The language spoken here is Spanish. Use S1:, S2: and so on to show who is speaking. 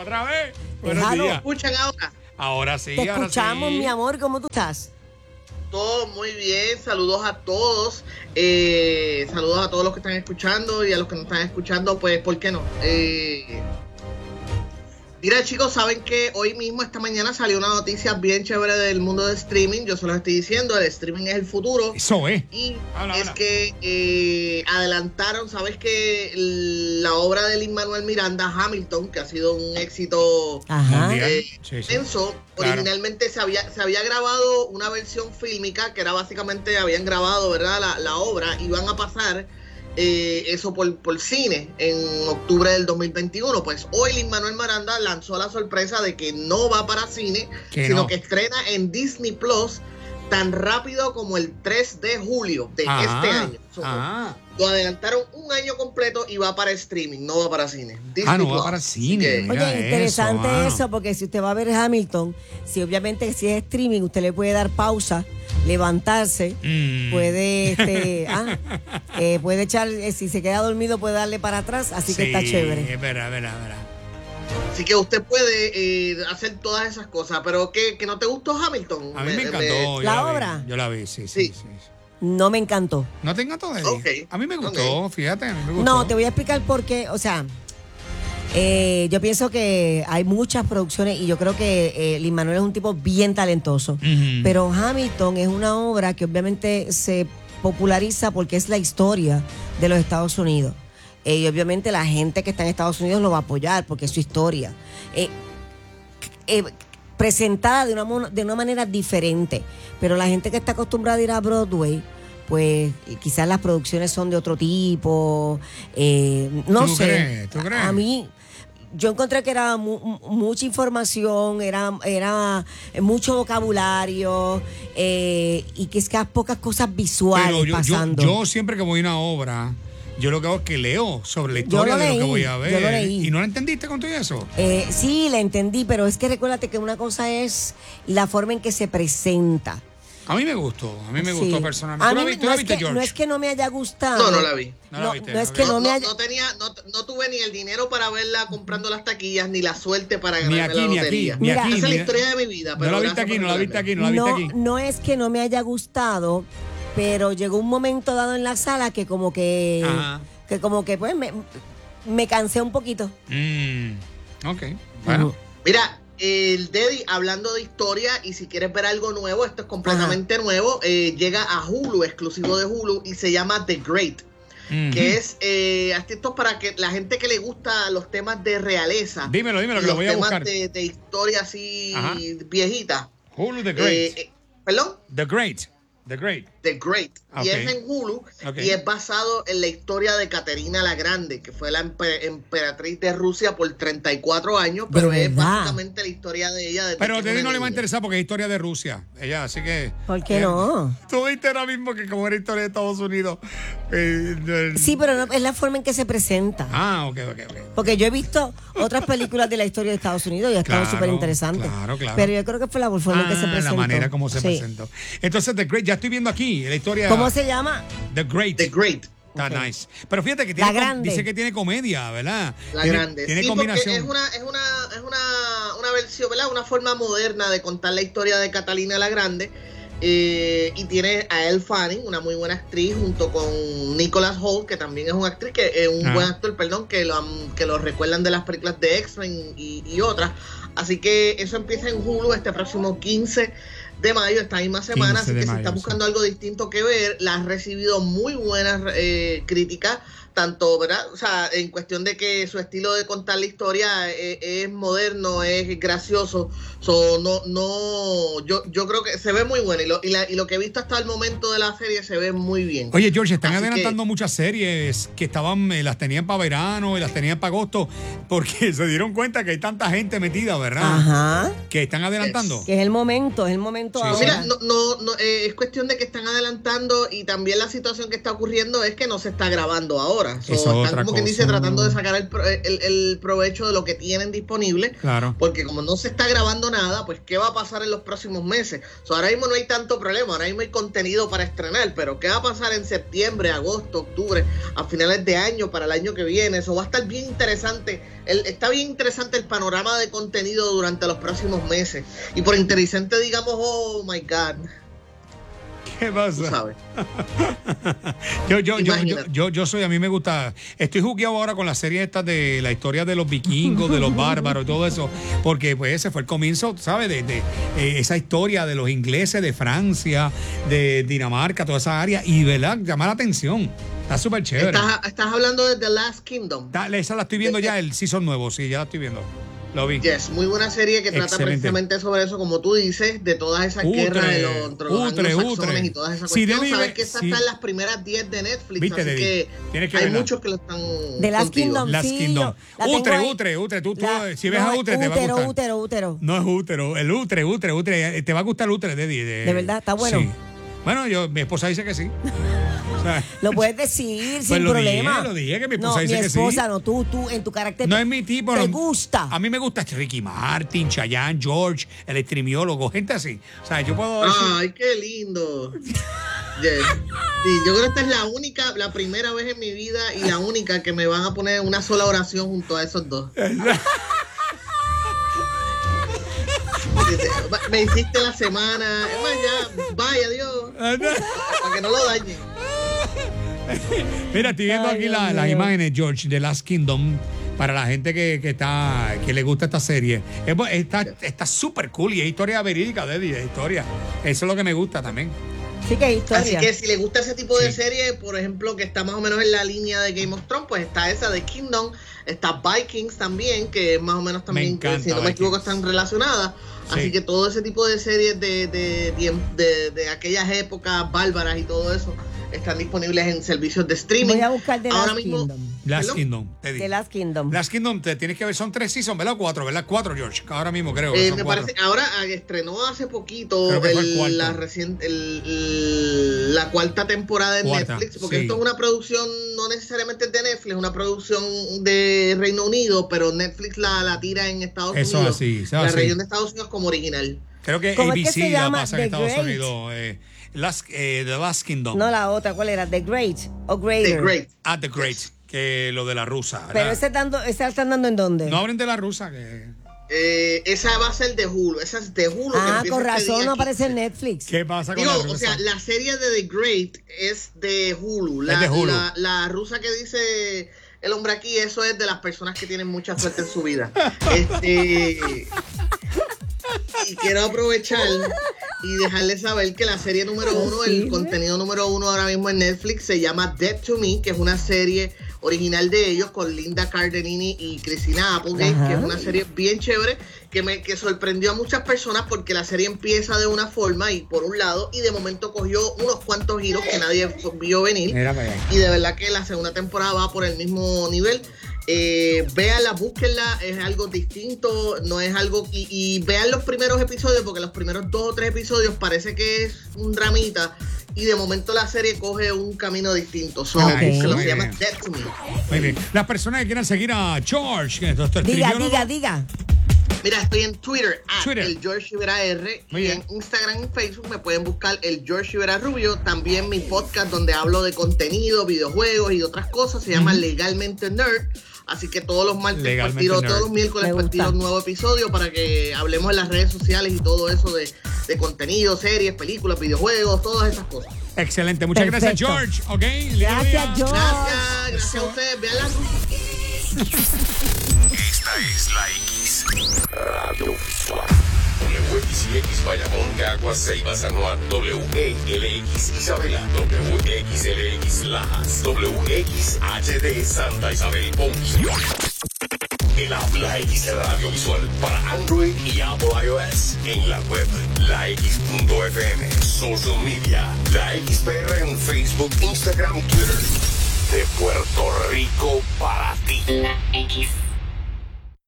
S1: Otra vez. Buenos
S2: Déjalo.
S1: días.
S3: escuchan ahora?
S1: Ahora sí,
S2: Te
S1: ahora
S2: escuchamos,
S1: sí.
S2: mi amor, ¿cómo tú estás?
S3: Todo muy bien, saludos a todos, eh, saludos a todos los que están escuchando y a los que no están escuchando, pues, ¿por qué no? Eh, mira chicos, saben que hoy mismo, esta mañana, salió una noticia bien chévere del mundo de streaming, yo se los estoy diciendo, el streaming es el futuro.
S1: Eso es.
S3: Y
S1: Habla,
S3: es
S1: habla.
S3: que eh, adelantaron, sabes que la obra de Lin Manuel Miranda, Hamilton, que ha sido un éxito
S2: Ajá.
S1: Mundial.
S3: Eh,
S1: Sí, sí.
S3: Enzo,
S1: Claro.
S3: originalmente se había, se había grabado una versión fílmica que era básicamente, habían grabado ¿verdad? La, la obra, iban a pasar eh, eso por, por cine en octubre del 2021. Pues hoy Lin Manuel Miranda lanzó la sorpresa de que no va para cine,
S1: Que
S3: sino
S1: no.
S3: que este, estrena en Disney Plus tan rápido como el 3 de julio de
S1: Ah,
S3: este año. So,
S1: ah.
S3: Lo adelantaron un año completo y va para streaming, no va para cine. Disney
S1: Ah, no va
S3: Plus.
S1: para
S3: Así
S1: cine,
S3: que-
S1: mira.
S2: Oye,
S1: eso, ah.
S2: interesante
S1: mano.
S2: eso, porque si usted va a ver Hamilton, si obviamente si es streaming, usted le puede dar pausa, levantarse,
S1: Mm.
S2: puede, este, ah, eh, puede echar, eh, si se queda dormido, puede darle para atrás, así que está
S1: Sí,
S2: chévere.
S1: Es verdad, es verdad, es verdad.
S3: Así que usted puede eh, hacer todas esas cosas, pero que, que no te gustó Hamilton.
S1: A mí me encantó. yo
S2: ¿La
S1: vi,
S2: obra?
S1: yo la vi, sí, sí.
S3: Sí.
S1: sí, sí.
S2: No me encantó.
S1: ¿No te encantó, Debbie?
S3: Ok,
S1: A mí me gustó, fíjate, a mí me gustó.
S2: No, te voy a explicar por qué. O sea, eh, yo pienso que hay muchas producciones y yo creo que eh, Lin Manuel es un tipo bien talentoso.
S1: Ujú.
S2: Pero Hamilton es una obra que obviamente se populariza porque es la historia de los Estados Unidos. Eh, y obviamente la gente que está en Estados Unidos lo va a apoyar porque es su historia. Eh, eh, presentada de una, mono- de una manera diferente. Pero la gente que está acostumbrada a ir a Broadway, pues eh, quizás las producciones son de otro tipo. eh, no
S1: ¿Tú
S2: sé.
S1: crees? ¿Tú crees?
S2: A mí, yo encontré que era mu- mu- mucha información, era, era mucho vocabulario eh, y que es que hay pocas cosas visuales
S1: Pero yo, yo,
S2: pasando.
S1: yo siempre que voy a una obra, yo lo que hago es que leo sobre la
S2: Yo
S1: historia
S2: lo
S1: de lo que
S2: leí,
S1: voy a
S2: yo
S1: ver.
S2: lo leí.
S1: ¿Y no la entendiste con todo eso?
S2: Eh, sí, la entendí, pero es que recuérdate que una cosa es la forma en que se presenta.
S1: A mí me gustó, a mí me
S2: Sí.
S1: gustó personalmente.
S2: A
S1: ¿Tú la
S2: mí
S1: vi- tú
S2: no,
S1: la
S2: es
S1: viste,
S2: que, no
S1: George?
S2: es que no me haya gustado.
S3: No, no la vi.
S1: No la
S2: No,
S1: viste,
S2: no
S1: no
S2: es
S1: la
S2: que
S1: vi.
S2: no
S3: No,
S2: me
S3: no-
S2: haya...
S3: no tenía, no, no tuve ni el dinero para verla comprando las taquillas, ni la suerte para
S1: Ni
S3: ganarme
S1: aquí,
S3: la
S1: ni
S3: lotería.
S1: aquí, ni
S2: Mira,
S1: aquí.
S3: Esa es la
S1: mira.
S3: historia de mi vida.
S1: No
S3: Pero
S1: la viste
S3: gracias
S1: aquí,
S3: por
S1: no la viste
S3: recordarme.
S1: aquí, no la viste
S2: no,
S1: aquí.
S2: no es que no me haya gustado, pero llegó un momento dado en la sala que como que,
S1: Ajá.
S2: que como que pues me, me cansé un poquito.
S1: Mm, ok, bueno.
S2: Ujú.
S3: Mira, el Deddy hablando de historia y si quieres ver algo nuevo, esto es completamente nuevo, eh, llega a Hulu, exclusivo de Hulu, y se llama The Great.
S1: Mm.
S3: que es eh, esto es para que la gente que le gusta los temas de realeza.
S1: Dímelo, dímelo,
S3: y
S1: que lo
S3: los
S1: voy a
S3: temas
S1: buscar.
S3: De, de historia así
S1: Ajá.
S3: viejita.
S1: Hulu The Great.
S3: Eh, eh, Perdón,
S1: the Great. The Great.
S3: The Great.
S1: Ah,
S3: Y
S1: ok.
S3: es en Hulu
S1: Ok.
S3: y es basado en la historia de Caterina la Grande, que fue la empe- emperatriz de Rusia por 34 años, pero es
S2: ¿Verdad?
S3: básicamente la historia de ella. desde
S1: Pero
S3: que
S1: te
S3: era
S1: digo, no
S3: una
S1: le va a
S3: niña.
S1: interesar porque es historia de Rusia. Ella, así que.
S2: ¿Por qué
S1: eh,
S2: no?
S1: Tú viste ahora mismo que como era historia de Estados Unidos. eh, del-
S2: Sí, pero no- es la forma en que se presenta.
S1: Ah, ok, ok, ok.
S2: Porque yo he visto otras películas de la historia de Estados Unidos y ha estado
S1: Claro,
S2: súper interesante.
S1: claro, claro.
S2: Pero yo creo que fue la forma en que se
S1: Ah,
S2: presentó.
S1: la manera como se
S2: Sí.
S1: presentó. Entonces, The Great, ya estoy viendo aquí la historia.
S2: ¿Cómo se llama?
S1: The Great.
S3: The Great.
S1: Está
S2: Ok.
S1: nice. Pero fíjate que tiene
S2: La
S1: com-
S2: grande.
S1: dice que tiene comedia, ¿verdad?
S3: La
S1: tiene,
S3: grande.
S1: Tiene
S3: sí,
S1: combinación.
S3: porque es una, es una, es una, una versión, ¿verdad? Una forma moderna de contar la historia de Catalina la Grande. eh, y tiene a Elle Fanning, una muy buena actriz, junto con Nicholas Holt, que también es un actriz, que es un
S1: Ah.
S3: buen actor, perdón, que lo, han- que lo recuerdan de las películas de X-Men y, y otras. Así que eso empieza en Hulu este próximo 15 de mayo, esta misma semana.
S1: 15
S3: Así
S1: de
S3: que si
S1: mayo,
S3: está
S1: sí.
S3: buscando algo distinto que ver, la has recibido muy buenas eh, críticas tanto, ¿verdad? O sea, en cuestión de que su estilo de contar la historia es, es moderno, es gracioso, so, no, no, yo, yo creo que se ve muy bueno y lo, y, la- y lo que he visto hasta el momento de la serie se ve muy bien.
S1: Oye, George, están
S3: Así que-
S1: adelantando muchas series que estaban, eh, las tenían para verano y las tenían para agosto, porque se dieron cuenta que hay tanta gente metida, ¿verdad?
S2: Ajá.
S1: Que están adelantando.
S2: Que es el momento, es el momento
S1: Sí,
S2: ahora.
S1: sí.
S3: Mira, no, no, no, eh, es cuestión de que están adelantando y también la situación que está ocurriendo es que no se está grabando ahora. So,
S1: Esa es
S3: están
S1: otra
S3: como quien dice
S1: cosa.
S3: tratando de sacar el, pro- el- el provecho de lo que tienen disponible.
S1: Claro.
S3: Porque como no se está grabando nada, pues ¿qué va a pasar en los próximos meses? O sea, ahora mismo no hay tanto problema, ahora mismo hay contenido para estrenar, pero ¿qué va a pasar en septiembre, agosto, octubre, a finales de año, para el año que viene? Eso va a estar bien interesante el- está bien interesante el panorama de contenido durante los próximos meses. Y por interesante digamos, oh my God,
S1: ¿Qué
S3: tú
S1: pasa?
S3: sabes.
S1: Yo, yo, yo, yo,
S3: Imagínate.
S1: yo, yo soy, a mí me gusta. Estoy jugueado ahora con la serie esta de la historia de los vikingos, de los bárbaros y todo eso, porque pues ese fue el comienzo, ¿sabes? De, de, eh, esa historia de los ingleses, de Francia, de Dinamarca, toda esa área, y ¿verdad? Llama la atención. Está súper chévere.
S3: Estás, estás hablando de The Last Kingdom.
S1: Está- esa la estoy viendo ya, el season nuevo, sí, ya la estoy viendo. Lo vi.
S3: Yes, muy buena serie que trata
S1: Excelente.
S3: precisamente sobre eso, como tú dices, de todas esas
S1: Utre,
S3: guerras de los, entre los
S1: utre,
S3: anglosajones
S1: utre.
S3: y todas esas
S1: Si
S3: cuestiones.
S1: Debbie
S3: Sabes
S1: ve-
S3: que esta
S1: si-
S3: está en las primeras 10 de Netflix,
S1: Viste,
S3: así
S1: Debbie,
S3: que
S1: tienes que
S3: hay
S1: verla.
S3: muchos que lo están
S2: De Last
S3: contigo.
S2: Kingdom.
S1: Last
S2: sí,
S1: Kingdom.
S2: la tengo
S1: Utre,
S2: ahí.
S1: utre, utre. Tú, tú,
S2: La-
S1: si ves a utre, te va a
S2: útero,
S1: gustar.
S2: útero, útero.
S1: No es útero, el útero, útero, útero. eh, Te va a gustar el útero, Deddy.
S2: ¿De verdad? ¿Está bueno?
S1: Sí. Bueno, yo, mi esposa dice que sí. O sea,
S2: Lo puedes decir
S1: Pues
S2: sin
S1: lo dije,
S2: problema.
S1: lo dije, que mi
S2: No,
S1: esposa dice que sí.
S2: esposa, no, tú, tú, en tu carácter.
S1: no es mi tipo.
S2: ¿Te
S1: no-
S2: gusta?
S1: A mí me gusta Ricky Martin, Chayanne, George, el estrimiólogo, gente así. O sea, yo puedo decir...
S3: Ay, qué lindo. Yes. Sí, yo creo que esta es la única, la primera vez en mi vida y la única que me van a poner una sola oración junto a esos dos. Dice, "Va- Me hiciste la semana. Es más, ya, vaya Dios,
S1: Ah,
S3: para que no lo dañen.
S1: Mira, estoy viendo
S2: Ay,
S1: aquí
S2: Dios
S1: la- las
S2: mío.
S1: imágenes, George, de Last Kingdom. Para la gente que, que está que le gusta esta serie. Es bu- Está está súper cool y es historia verídica, Deddy, es historia. Eso es lo que me gusta también.
S2: Sí, que es historia.
S3: Así que si le gusta ese tipo de
S1: Sí.
S3: serie, por ejemplo, que está más o menos en la línea de Game of Thrones, pues está esa de Kingdom, está Vikings también, que es más o menos también,
S1: Me encanta
S3: si no me
S1: Vikings.
S3: equivoco, están relacionadas.
S1: Sí.
S3: Así que todo ese tipo de series de, de, tiemp- de- de aquellas épocas bárbaras y todo eso están disponibles en servicios de streaming.
S2: Voy a buscar The
S3: Ahora
S2: Last
S3: mismo-
S2: Kingdom.
S1: Last
S3: ¿Perdón?
S1: Kingdom, Deddy.
S2: The Last Kingdom.
S1: Last Kingdom, te tienes que ver, son tres seasons, ¿verdad? Cuatro, ¿verdad? Cuatro, George. Ahora mismo creo. que
S3: Eh,
S1: son
S3: me
S1: cuatro.
S3: parece, ahora ah, estrenó hace poquito
S1: Creo que fue el
S3: el-
S1: cuarto.
S3: la, recien- el- la cuarta temporada en
S1: Cuarta,
S3: Netflix, porque
S1: sí.
S3: esto es una producción no necesariamente de Netflix, es una producción de Reino Unido, pero Netflix la, la tira en Estados
S1: Eso
S3: Unidos,
S1: así, eso
S3: la
S1: así.
S3: región de Estados Unidos como original.
S1: Creo que
S2: ¿Cómo es que
S1: ABC
S2: se
S1: la
S2: llama?
S1: pasa en
S2: The
S1: Estados
S2: Great.
S1: Unidos. eh, Last, eh, The Last Kingdom.
S2: No, la otra, ¿cuál era? The Great o Greater.
S3: The Great.
S1: Ah, The Great, que lo de la rusa.
S2: Pero
S1: ¿verdad?
S2: ese, dando, ese la están dando en dónde?
S1: No hablen de la rusa. Que...
S3: Eh, esa va a ser de Hulu, esa es de Hulu. que
S2: ah,
S3: empieza
S2: con
S3: este
S2: razón
S3: día
S2: no
S3: 15.
S2: aparece en Netflix.
S1: ¿Qué pasa con
S3: Digo,
S1: la
S3: o
S1: rusa?
S3: sea, la serie de The Great es de Hulu. La,
S1: Es de Hulu.
S3: La, la rusa que dice el hombre aquí, eso es de las personas que tienen mucha suerte en su vida. Este, y quiero aprovechar y dejarles saber que la serie número uno, el contenido número uno ahora mismo en Netflix se llama Dead to Me, que es una serie original de ellos con Linda Cardenini y Christina Applegate,
S2: Ajá.
S3: que es una serie bien chévere que me que sorprendió a muchas personas porque la serie empieza de una forma y por un lado y de momento cogió unos cuantos giros que nadie vio venir
S1: Mira para allá.
S3: y de verdad que la segunda temporada va por el mismo nivel. Eh, véanla, búsquenla, es algo distinto, no es algo... Y, y vean los primeros episodios, porque los primeros dos o tres episodios parece que es un dramita y de momento la serie coge un camino distinto. So,
S2: Ok.
S3: búsquenlo,
S1: Muy
S3: se llama
S1: bien.
S3: Dead to Me.
S1: Muy bien. Las personas que quieran seguir a George, que es nuestro
S2: Diga,
S1: estribionólogo,
S2: diga, diga.
S3: Mira, estoy en Twitter, at
S1: Twitter.
S3: el George Rivera R.
S1: Muy
S3: y
S1: bien.
S3: en Instagram y Facebook me pueden buscar el George Rivera Rubio. También mi podcast donde hablo de contenido, videojuegos y de otras cosas. Se llama Legalmente Nerd. Así que todos los martes
S1: Legalmente
S3: partirlo,
S1: Nerd.
S3: todos los miércoles
S2: Me gusta.
S3: partirlo un nuevo episodio para que hablemos en las redes sociales y todo eso de, de contenido, series, películas, videojuegos, todas esas cosas.
S1: Excelente. Muchas
S2: Perfecto.
S1: gracias, George. ¿Ok? Lindo día.
S2: Gracias, George.
S3: Gracias, gracias a ustedes. Vean las
S4: Esta es la X. Radio Visual. WXIX Bayamón, Caguas, Ceiba, San Juan. WELX Isabela. WXLX Lajas. WXHD Santa Isabel Ponce. El habla X Radio Visual para Android y Apple iOS. En la web, lax.fm. Social media, la XPR en Facebook, Instagram, Twitter. De Puerto Rico para ti.
S5: La X